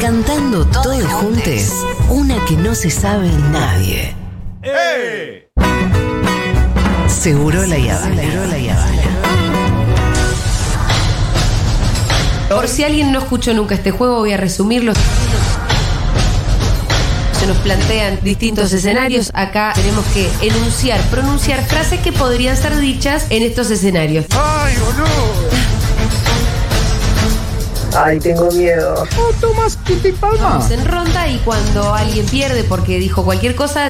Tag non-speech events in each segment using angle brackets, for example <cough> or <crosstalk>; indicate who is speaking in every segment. Speaker 1: Todo, todo juntes. Una que no se sabe nadie. Seguro la Yavana. Seguro la
Speaker 2: Por si alguien no escuchó nunca este juego, voy a resumirlo. Se nos plantean distintos escenarios. Acá tenemos que enunciar, pronunciar frases que podrían ser dichas en estos escenarios.
Speaker 3: ¡Ay, boludo!
Speaker 4: Ay, tengo miedo.
Speaker 3: ¡Oh, Tomás Kitty Palma!
Speaker 2: Vamos en ronda y cuando alguien pierde porque dijo cualquier cosa,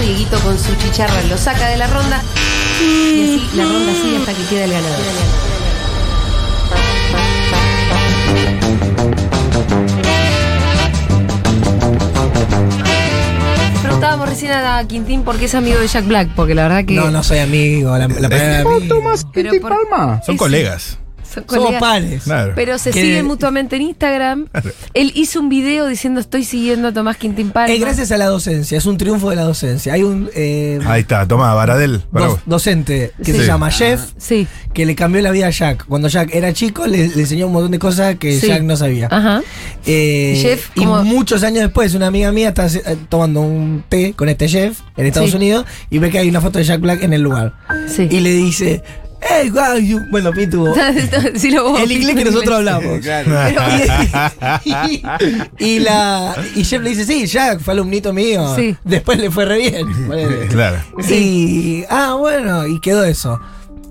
Speaker 2: Dieguito con su chicharra lo saca de la ronda. Y así la ronda sigue hasta que queda el ganador.
Speaker 5: Preguntábamos recién a Quintín por qué es amigo de Jack Black, porque la verdad que.
Speaker 6: No, no soy amigo. La, la palabra
Speaker 3: ¡Oh,
Speaker 6: amigo.
Speaker 3: Tomás
Speaker 5: Pero
Speaker 3: Kitty
Speaker 5: por-
Speaker 3: Palma!
Speaker 7: Son
Speaker 5: Es-
Speaker 7: colegas.
Speaker 5: son
Speaker 6: Somos
Speaker 5: colegas.
Speaker 6: pares.
Speaker 7: Claro.
Speaker 5: Pero se
Speaker 6: Que-
Speaker 5: siguen mutuamente en Instagram. Él hizo un video diciendo estoy siguiendo a Tomás Quintín Palma.
Speaker 6: Es Eh, gracias a la docencia, es un triunfo de la docencia. Hay un eh,
Speaker 7: Ahí está, toma, Baradel. para
Speaker 6: doc-
Speaker 5: <laughs>
Speaker 7: vos.
Speaker 6: docente que
Speaker 5: Sí.
Speaker 6: se
Speaker 5: Sí.
Speaker 6: llama Jeff,
Speaker 5: Sí.
Speaker 6: que le cambió la vida a Jack. Cuando Jack era chico, le, le enseñó un montón de cosas que
Speaker 5: Sí.
Speaker 6: Jack no sabía.
Speaker 5: Ajá.
Speaker 6: Eh,
Speaker 5: Jeff,
Speaker 6: y
Speaker 5: ¿cómo?
Speaker 6: muchos años después, una amiga mía está eh, tomando un té con este Jeff en Estados
Speaker 5: Sí.
Speaker 6: Unidos y ve que hay una foto de Jack Black en el lugar.
Speaker 5: Sí.
Speaker 6: Y le dice, ¡Hey, wow! you-" Bueno,
Speaker 5: <laughs>
Speaker 6: Pitu,
Speaker 5: Sí, lo-
Speaker 6: el inglés que nosotros
Speaker 7: <laughs>
Speaker 6: hablamos. <laughs> y, la, y Jeff le dice, sí, Jack fue alumnito mío.
Speaker 5: Sí.
Speaker 6: Después le fue re bien. Ponele.
Speaker 7: Claro.
Speaker 6: Y, ah, bueno, y quedó eso.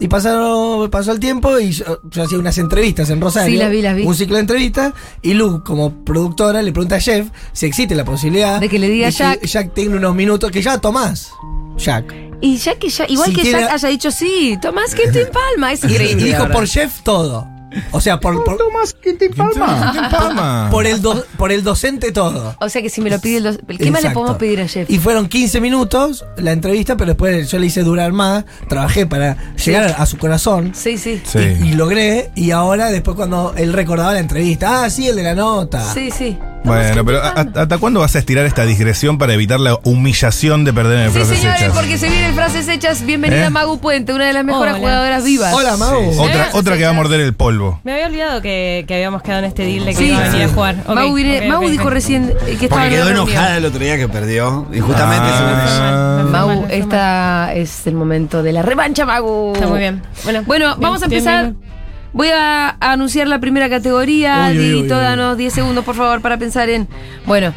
Speaker 6: Y pasaron, pasó el tiempo y yo, yo hacía unas entrevistas en Rosario.
Speaker 5: Sí, las vi, las vi.
Speaker 6: Un ciclo de entrevistas. Y Lu, como productora, le pregunta a Jeff si existe la posibilidad
Speaker 5: De que le diga Jack.
Speaker 6: Jack tiene unos minutos que ya tomás. Jack.
Speaker 5: Y ya que ya, igual
Speaker 6: Si
Speaker 5: que
Speaker 6: tiene-
Speaker 5: Jack haya dicho sí, Tomás Quintín Palma, es
Speaker 6: Y
Speaker 5: increíble.
Speaker 6: dijo
Speaker 5: la
Speaker 6: por
Speaker 5: verdad.
Speaker 6: Jeff todo. O sea, por, por,
Speaker 3: ¡Tomás Kitty Palma!
Speaker 7: Palma.
Speaker 6: por el, do- por el docente todo.
Speaker 5: O sea que si me lo pide el dos- ¿Qué más le
Speaker 6: Exacto.
Speaker 5: podemos pedir a Jeff?
Speaker 6: Y fueron 15 minutos la entrevista, pero después yo le hice durar más. Trabajé para llegar a su corazón.
Speaker 5: Sí, sí.
Speaker 7: Sí.
Speaker 6: Y, y logré, y ahora después cuando él recordaba la entrevista, ah, sí, el de la nota.
Speaker 5: Sí, sí.
Speaker 7: Bueno, pero ¿a- ¿hasta cuándo vas a estirar esta digresión para evitar la humillación de perder en el
Speaker 5: Sí,
Speaker 7: frases
Speaker 5: señores,
Speaker 7: hechas?
Speaker 5: porque se vienen frases hechas. Bienvenida
Speaker 7: ¿Eh?
Speaker 5: Magu Puente, una de las mejores
Speaker 8: Hola.
Speaker 5: jugadoras vivas.
Speaker 6: Hola, Mau.
Speaker 8: Sí.
Speaker 7: Otra,
Speaker 8: Eh,
Speaker 7: otra que va a morder el polvo.
Speaker 8: Me había olvidado que, que habíamos quedado en este deal de que
Speaker 5: Sí,
Speaker 8: iba a
Speaker 5: sí.
Speaker 8: venir a jugar. Ok,
Speaker 5: Mau, viene-
Speaker 8: ok, ok,
Speaker 5: Mau
Speaker 8: ok.
Speaker 5: dijo recién eh, que estaba
Speaker 9: Porque
Speaker 5: en
Speaker 9: quedó
Speaker 5: una reunión.
Speaker 9: enojada el otro día que perdió. Y justamente
Speaker 7: Ah.
Speaker 5: Mau, esta es el momento de la revancha, Magu.
Speaker 8: Está muy bien. Bueno,
Speaker 5: Bueno,
Speaker 8: bien,
Speaker 5: vamos a
Speaker 8: bien,
Speaker 5: empezar.
Speaker 8: bien,
Speaker 5: Voy a anunciar la primera categoría.
Speaker 6: Uy, uy,
Speaker 5: Dieguito,
Speaker 6: uy, uy.
Speaker 5: danos 10 segundos, por favor, para pensar en. Bueno.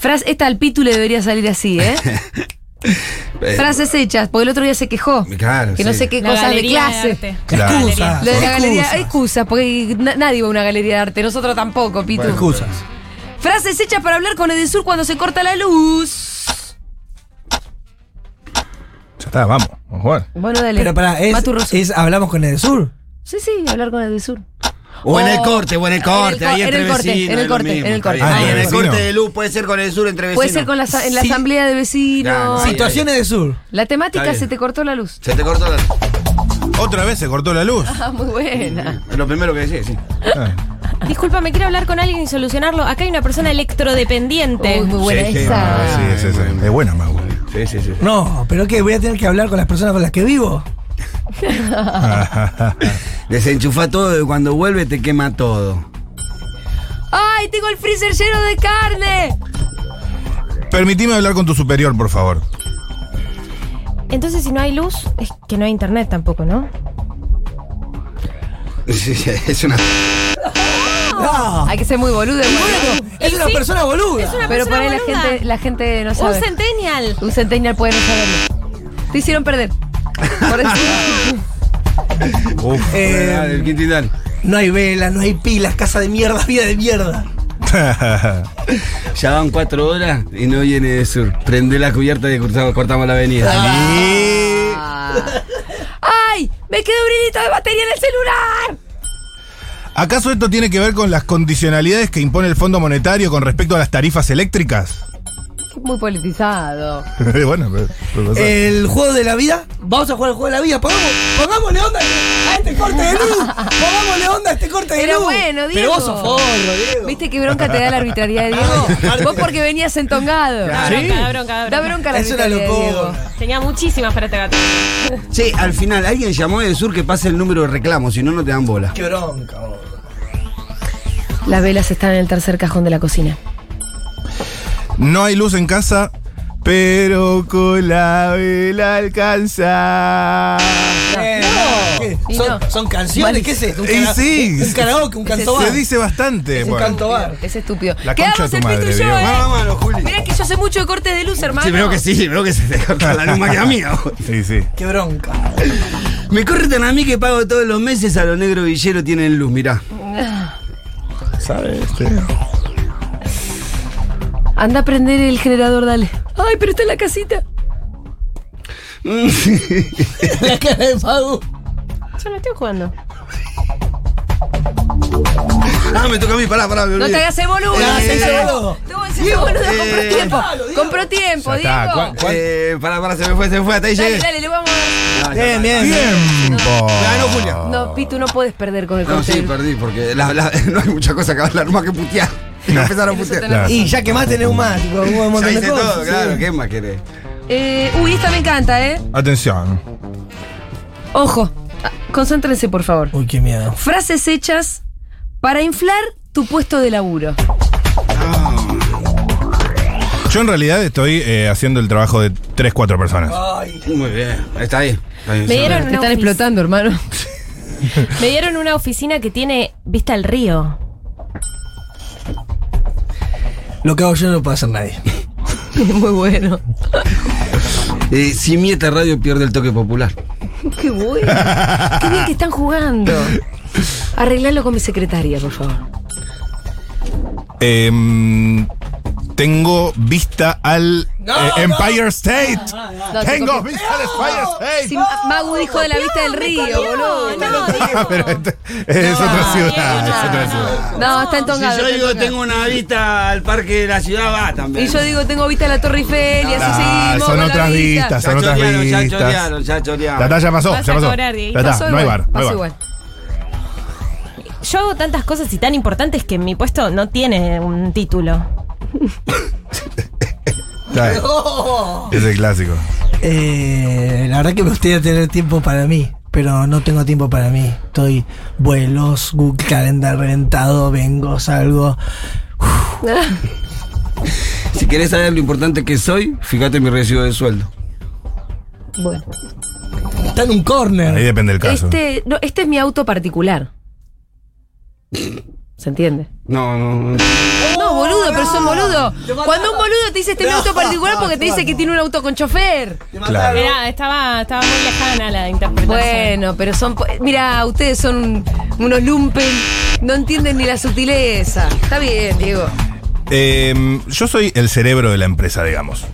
Speaker 5: Frase, esta al pitu le debería salir
Speaker 6: <laughs>
Speaker 5: así, ¿eh?
Speaker 9: se me-
Speaker 5: Frases hechas, porque el otro día se quejó.
Speaker 9: Eh, Claro,
Speaker 5: que no
Speaker 9: sí.
Speaker 5: sé qué
Speaker 8: La
Speaker 5: cosas de
Speaker 8: galería de
Speaker 5: clase.
Speaker 8: arte.
Speaker 7: Claro.
Speaker 6: Excusas.
Speaker 5: Lo de la galería,
Speaker 6: Ah, Excusas.
Speaker 5: excusas, porque na- nadie va a una galería de arte, nosotros tampoco, Pitu.
Speaker 6: Excusas.
Speaker 5: Frases hechas para hablar con Edesur cuando se corta la luz.
Speaker 7: Ya está, vamos, vamos a jugar.
Speaker 5: Bueno, dale.
Speaker 6: Pero para es,
Speaker 5: Matu Rosu.
Speaker 6: es- hablamos con el sur.
Speaker 5: Sí, sí, hablar con Edesur.
Speaker 9: O en el
Speaker 5: O-
Speaker 9: corte, o en el
Speaker 5: en
Speaker 9: corte.
Speaker 5: el
Speaker 9: ahí
Speaker 5: co-
Speaker 9: entre
Speaker 5: en el corte,
Speaker 9: vecinos,
Speaker 5: en el
Speaker 9: es lo
Speaker 5: corte,
Speaker 9: mismo,
Speaker 5: en el
Speaker 9: está
Speaker 5: corte.
Speaker 9: bien.
Speaker 7: Ah,
Speaker 9: Ahí
Speaker 7: en
Speaker 9: en
Speaker 7: el
Speaker 9: el
Speaker 7: vecino.
Speaker 9: corte de luz, puede ser con el sur entre vecinos.
Speaker 5: Puede ser con la, en la
Speaker 6: Sí.
Speaker 5: asamblea de
Speaker 9: Claro,
Speaker 5: vecinos.
Speaker 9: sí.
Speaker 6: Situaciones de sur.
Speaker 5: La temática
Speaker 9: Está bien.
Speaker 5: se te cortó la luz.
Speaker 9: Se te cortó la...
Speaker 7: Otra vez se cortó la luz.
Speaker 5: Ah, muy <laughs> buena.
Speaker 9: Lo primero que decís, sí.
Speaker 7: Ah,
Speaker 8: bien. Discúlpame, quiero hablar con alguien y solucionarlo. Acá hay una persona electrodependiente.
Speaker 5: Uy, muy buena
Speaker 9: Sí, sí.
Speaker 5: esa.
Speaker 7: Sí, es esa. Es buena, Mau.
Speaker 9: Sí, sí, sí.
Speaker 6: No, pero que voy a tener que hablar con las personas con las que vivo.
Speaker 9: Desenchufa todo y cuando vuelve te quema todo. <laughs>
Speaker 5: ¡Ay, tengo el freezer lleno de carne!
Speaker 7: <laughs> Permitime hablar con tu superior, por favor. <laughs>
Speaker 8: Entonces, si no hay luz, es que no hay internet tampoco, ¿no?
Speaker 9: Sí, sí, es una...
Speaker 6: No.
Speaker 5: Hay que ser muy boludo. igual.
Speaker 6: Ah, Es una
Speaker 8: sí.
Speaker 6: persona boluda.
Speaker 8: una
Speaker 5: Pero por ahí la
Speaker 8: boluda.
Speaker 5: gente, la gente no
Speaker 8: Un
Speaker 5: sabe.
Speaker 8: centennial.
Speaker 5: Un centennial puede no saberlo. Te hicieron perder. Por
Speaker 8: <laughs>
Speaker 5: eso.
Speaker 7: Uf.
Speaker 6: Eh,
Speaker 9: Ah, del Quintín, dale.
Speaker 6: no hay vela, no hay pilas, casa de mierda, vida de mierda.
Speaker 9: Ya van cuatro horas y no viene de sur. Prende la cubierta y cortamos, cortamos la avenida.
Speaker 5: Ah. ¡Ay! ¡Me quedó un hilito de batería en el celular!
Speaker 7: ¿Acaso esto tiene que ver con las condicionalidades que impone el Fondo Monetario con respecto a las tarifas eléctricas?
Speaker 5: Muy politizado.
Speaker 7: <laughs> bueno, pero- pero pasa.
Speaker 6: El juego de la vida, vamos a jugar el juego de la vida, pongamos- pongámosle onda a este corte de <laughs> luz, pongámosle onda a este corte de
Speaker 5: Era
Speaker 6: luz.
Speaker 5: bueno, Diego.
Speaker 6: Pero vos sos forro, Diego.
Speaker 5: ¿Viste qué bronca te da la arbitrariedad de
Speaker 9: <laughs>
Speaker 5: Diego? Vos porque venías entongado.
Speaker 8: Da bronca, da bronca, da
Speaker 5: Da
Speaker 8: bronca.
Speaker 5: Ah, bronca la
Speaker 6: Es una
Speaker 5: arbitrariedad de Diego.
Speaker 6: locura.
Speaker 8: Tenía muchísimas para este gato.
Speaker 9: Che, al final, alguien llamó de sur que pase el número de reclamo, si no, no te dan bola.
Speaker 6: Qué bronca, vos.
Speaker 5: Las velas están en el tercer cajón de la cocina.
Speaker 7: No hay luz en casa, pero con la vela alcanza.
Speaker 6: Eh, ¿Qué?
Speaker 5: Y
Speaker 6: Son,
Speaker 5: no.
Speaker 6: son canciones, ¿qué es esto? Un,
Speaker 7: Y
Speaker 6: cara-
Speaker 7: sí.
Speaker 6: un karaoke, un canto
Speaker 7: Se
Speaker 6: bar.
Speaker 7: dice bastante.
Speaker 6: Un
Speaker 7: bueno.
Speaker 6: canto bar.
Speaker 5: Es estúpido.
Speaker 7: La
Speaker 5: Quedamos
Speaker 7: concha de
Speaker 5: el
Speaker 7: tu
Speaker 5: Pitu
Speaker 7: madre,
Speaker 5: y yo,
Speaker 7: Diego.
Speaker 5: ¿eh?
Speaker 9: Vámonos, Juli.
Speaker 5: Mirá que yo sé mucho de cortes de luz, hermano.
Speaker 9: Sí, veo que sí, veo que se te corta la luz más que a mí. ahora.
Speaker 7: Sí, sí.
Speaker 6: Qué bronca. <laughs>
Speaker 9: Me corre tan a mí que pago todos los meses a los negros villeros tienen luz, mirá.
Speaker 7: ¿Sabes?
Speaker 5: Anda a prender el generador, dale. Ay, pero está en la casita.
Speaker 6: La cara de Fadu.
Speaker 8: Yo no estoy jugando.
Speaker 9: <laughs> ah, me toca a mí, pará, pará, me
Speaker 5: No
Speaker 9: olvidé.
Speaker 5: te hagas el
Speaker 6: No,
Speaker 5: boludo. no te
Speaker 6: se hizo
Speaker 5: hagas-
Speaker 6: boludo.
Speaker 5: Tú se hizo boludo, compró
Speaker 9: eh,
Speaker 5: tiempo.
Speaker 6: Diego.
Speaker 5: Compró tiempo,
Speaker 7: Ya está,
Speaker 5: Diego.
Speaker 7: ¿cuál- cuál-
Speaker 9: Eh, pará, pará, se me fue, se me fue, hasta ahí
Speaker 5: Dale,
Speaker 9: llegué.
Speaker 5: dale, le vamos a...
Speaker 9: Ah, ya
Speaker 6: Bien,
Speaker 9: está.
Speaker 6: bien.
Speaker 7: Tiempo.
Speaker 9: Ganó Julia.
Speaker 5: No, Pitu, no puedes perder con el
Speaker 9: No,
Speaker 5: corte.
Speaker 9: sí, perdí, porque la- la- <laughs> no hay mucha cosa que hablar más que putear. No empezaron a putear.
Speaker 7: Claro.
Speaker 6: Y ya quemaste neumático, hubo un
Speaker 9: Ya
Speaker 6: montón
Speaker 9: hice
Speaker 6: de cosas.
Speaker 9: todo,
Speaker 6: sí.
Speaker 9: claro, ¿qué más querés?
Speaker 5: Eh, uy, esta me encanta, ¿eh?
Speaker 7: Atención.
Speaker 5: Ojo. Ah, Concéntrense, por favor.
Speaker 6: Uy, qué miedo.
Speaker 5: Frases hechas para inflar tu puesto de laburo.
Speaker 7: Yo en realidad estoy eh, haciendo el trabajo de 3, 4 personas.
Speaker 5: Ah.
Speaker 9: Muy bien, está ahí. Está ahí,
Speaker 8: Me
Speaker 9: está
Speaker 8: dieron
Speaker 9: bien.
Speaker 5: Te están
Speaker 8: ofici-
Speaker 5: explotando, hermano. <laughs>
Speaker 8: Me dieron una oficina que tiene vista al río.
Speaker 6: Lo que hago yo no lo puede hacer <laughs> nadie.
Speaker 5: Muy bueno.
Speaker 9: Eh, si Mieta Radio pierde el toque popular.
Speaker 5: Qué bueno. Qué bien que están jugando. Arreglalo con mi secretaria, por favor.
Speaker 7: Em, tengo vista al eh, Empire State.
Speaker 5: No, te
Speaker 7: tengo
Speaker 5: copié.
Speaker 7: vista al Empire State.
Speaker 5: Sí, Magu dijo de la vista del río, boludo.
Speaker 8: No,
Speaker 7: Ah, pero este- es otra ciudad. es otra ciudad.
Speaker 5: No, está entongado. está entongado.
Speaker 9: una vista al parque de la ciudad, va también.
Speaker 5: Y yo digo, tengo vista a la Torre Eiffel y así
Speaker 7: Ah,
Speaker 5: seguimos.
Speaker 7: son
Speaker 5: con la
Speaker 7: otras
Speaker 5: vista.
Speaker 7: vistas. Son otras vistas.
Speaker 9: ya
Speaker 7: La
Speaker 9: chorearon.
Speaker 7: talla ya pasó,
Speaker 8: Vas
Speaker 7: ya
Speaker 8: a
Speaker 7: pasó.
Speaker 8: cobrar,
Speaker 7: Ya
Speaker 8: Dieguito.
Speaker 7: está,
Speaker 5: Pasó
Speaker 7: no hay
Speaker 5: igual,
Speaker 7: bar. no
Speaker 5: pasó
Speaker 7: hay bar.
Speaker 5: igual.
Speaker 8: Yo hago tantas cosas y tan importantes que mi puesto no tiene un título.
Speaker 7: Está bien.
Speaker 6: Oh.
Speaker 7: Es el clásico.
Speaker 6: Eh, la verdad que me gustaría tener tiempo para mí, pero no tengo tiempo para mí. Estoy vuelos, Google Calendar reventado, vengo, salgo.
Speaker 9: Si querés saber lo importante que soy, fíjate en mi recibo de sueldo.
Speaker 5: <laughs> Bueno.
Speaker 6: Está en un
Speaker 7: Ahí
Speaker 6: corner.
Speaker 7: depende del caso.
Speaker 5: Este, no, este es mi auto particular. ¿Se entiende?
Speaker 9: No, no, no.
Speaker 5: No, boludo, pero son boludo.
Speaker 6: Te mataron.
Speaker 5: Cuando un boludo te dice este es mi auto particular porque te dice que tiene un auto con chofer.
Speaker 7: Claro.
Speaker 8: Mirá, estaba, estaba muy lejana la interpretación.
Speaker 5: Bueno, pero son. Mira, ustedes son unos lumpen. No entienden ni la sutileza. Está bien, Diego.
Speaker 7: Em, yo soy el cerebro de la empresa, digamos.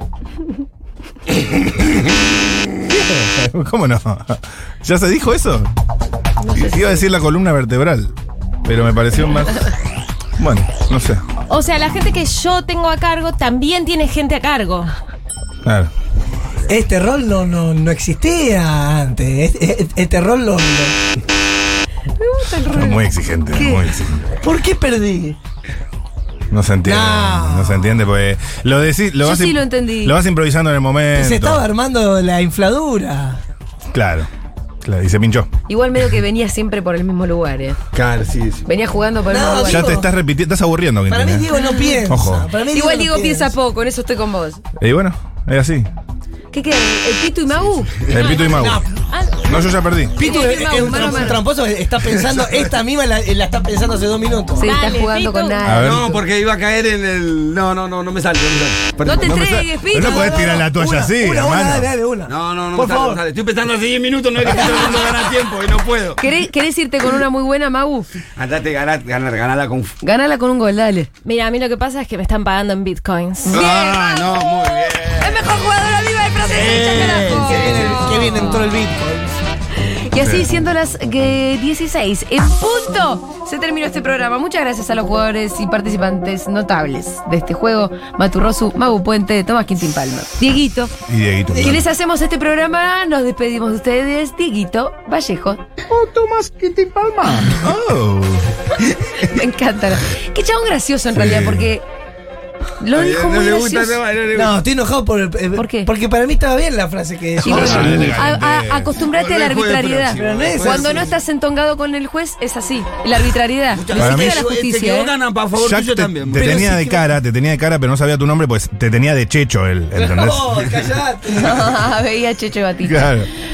Speaker 7: ¿Cómo no? ¿Ya se dijo eso? Iba a decir la columna vertebral, pero me pareció más... Bueno, no sé.
Speaker 8: O sea, la gente que yo tengo a cargo también tiene gente a cargo.
Speaker 7: Claro.
Speaker 6: Este rol no, no, no existía antes. Este, este- este rol lo, lo-
Speaker 7: Fue Muy exigente, muy exigente.
Speaker 6: ¿Por qué perdí?
Speaker 7: No se entiende. No,
Speaker 6: No.
Speaker 7: se entiende porque... Lo decís... Lo
Speaker 5: Yo
Speaker 7: vas
Speaker 5: sí
Speaker 7: im-
Speaker 5: lo entendí.
Speaker 7: Lo vas improvisando en el momento.
Speaker 6: Se estaba armando la infladura.
Speaker 7: Claro. Claro, y se pinchó.
Speaker 5: Igual medio que venía siempre por el mismo lugar, eh.
Speaker 9: Claro, sí, sí.
Speaker 5: Venía jugando por el
Speaker 6: No,
Speaker 5: mismo lugar.
Speaker 7: Ya
Speaker 6: Diego.
Speaker 7: te estás repitiendo, estás aburriendo.
Speaker 6: Para mí
Speaker 7: Quintín, ¿eh?
Speaker 6: Diego no piensa.
Speaker 7: Ojo.
Speaker 6: Para mí
Speaker 5: Igual
Speaker 6: no
Speaker 5: Diego piensa poco, en eso estoy con vos.
Speaker 7: Y bueno, es así.
Speaker 5: ¿Qué queda? ¿El Pitu y Magu?
Speaker 7: El pito y mago.
Speaker 8: Ah,
Speaker 7: No, yo ya perdí.
Speaker 6: Pitu
Speaker 5: Diego,
Speaker 6: es,
Speaker 5: firma
Speaker 6: es
Speaker 5: un
Speaker 6: un
Speaker 5: mano a mano.
Speaker 6: tramposo, está
Speaker 7: <laughs>
Speaker 6: pensando, esta misma la, la está pensando hace dos minutos.
Speaker 5: Se está
Speaker 8: Dale,
Speaker 5: jugando
Speaker 8: Pitu.
Speaker 5: con
Speaker 7: A
Speaker 5: nada.
Speaker 7: ver.
Speaker 9: No, porque iba a caer en el. No, no, no, no me sale. No, me sale. Perdón.
Speaker 5: No te
Speaker 7: No me
Speaker 5: entregues,
Speaker 7: sa-
Speaker 5: Pitu.
Speaker 7: Pero no podés tirar la toalla
Speaker 6: Una,
Speaker 7: así,
Speaker 6: una, una,
Speaker 7: hermano.
Speaker 6: dale, dale, una.
Speaker 9: No, no, no,
Speaker 6: Por
Speaker 9: me sale,
Speaker 6: favor.
Speaker 9: no sale. Estoy pensando hace 10 minutos, no es que estoy tratando de ganar tiempo y no puedo.
Speaker 5: ¿Querés, querés irte con una muy buena, Magu?
Speaker 9: Andate, ganar, ganar, ganala con.
Speaker 5: Ganala con un gol, dale.
Speaker 8: Mira, a mí lo que pasa es que me están pagando en bitcoins.
Speaker 9: Ah, no, muy bien.
Speaker 5: ¡Es mejor jugadora viva del Brasil!
Speaker 6: Qué bien, qué bien entró el Bitcoin.
Speaker 5: Y así, siendo las eh, 16, en punto, se terminó este programa. Muchas gracias a los jugadores y participantes notables de este juego. Maturrosu, Magu Puente, Tomás Quintín Palma, Dieguito.
Speaker 7: Y Dieguito.
Speaker 5: Quienes hacemos este programa, nos despedimos de ustedes. Dieguito Vallejo. <laughs>
Speaker 3: Oh, Tomás Quintín Palma.
Speaker 7: Oh.
Speaker 5: Me encanta. Qué chabón gracioso en
Speaker 7: Sí.
Speaker 5: realidad, porque Lo
Speaker 9: Ay,
Speaker 5: dijo
Speaker 9: no
Speaker 5: muy
Speaker 9: le gusta,
Speaker 5: gracioso.
Speaker 9: no, no le gusta.
Speaker 6: No, estoy enojado por el. eh,
Speaker 5: ¿Por qué?
Speaker 6: Porque para mí estaba bien la frase que
Speaker 5: Y
Speaker 6: dijo.
Speaker 5: bueno,
Speaker 7: Joder, le
Speaker 5: a- a-
Speaker 7: calenté.
Speaker 5: acostúmbrate a la
Speaker 9: Volvé el jueves
Speaker 5: arbitrariedad.
Speaker 9: próximo,
Speaker 6: Pero no es
Speaker 5: Cuando
Speaker 6: así.
Speaker 5: no estás entongado con el juez, es así. La arbitrariedad. Ni
Speaker 7: Para mí-
Speaker 5: siquiera la justicia. <laughs> ¿eh?
Speaker 9: ganan, por favor,
Speaker 7: Jack
Speaker 9: tuyo
Speaker 7: te,
Speaker 9: también.
Speaker 7: te
Speaker 9: boludo.
Speaker 7: tenía
Speaker 6: sí
Speaker 7: de
Speaker 6: que-
Speaker 7: cara, te tenía de cara, pero no sabía
Speaker 6: <laughs>
Speaker 7: tu
Speaker 9: <laughs>
Speaker 7: nombre, pues te tenía de checho él, ¿entendés?
Speaker 6: No, callate.
Speaker 5: Ah, Veía a Checho Batista.
Speaker 7: claro.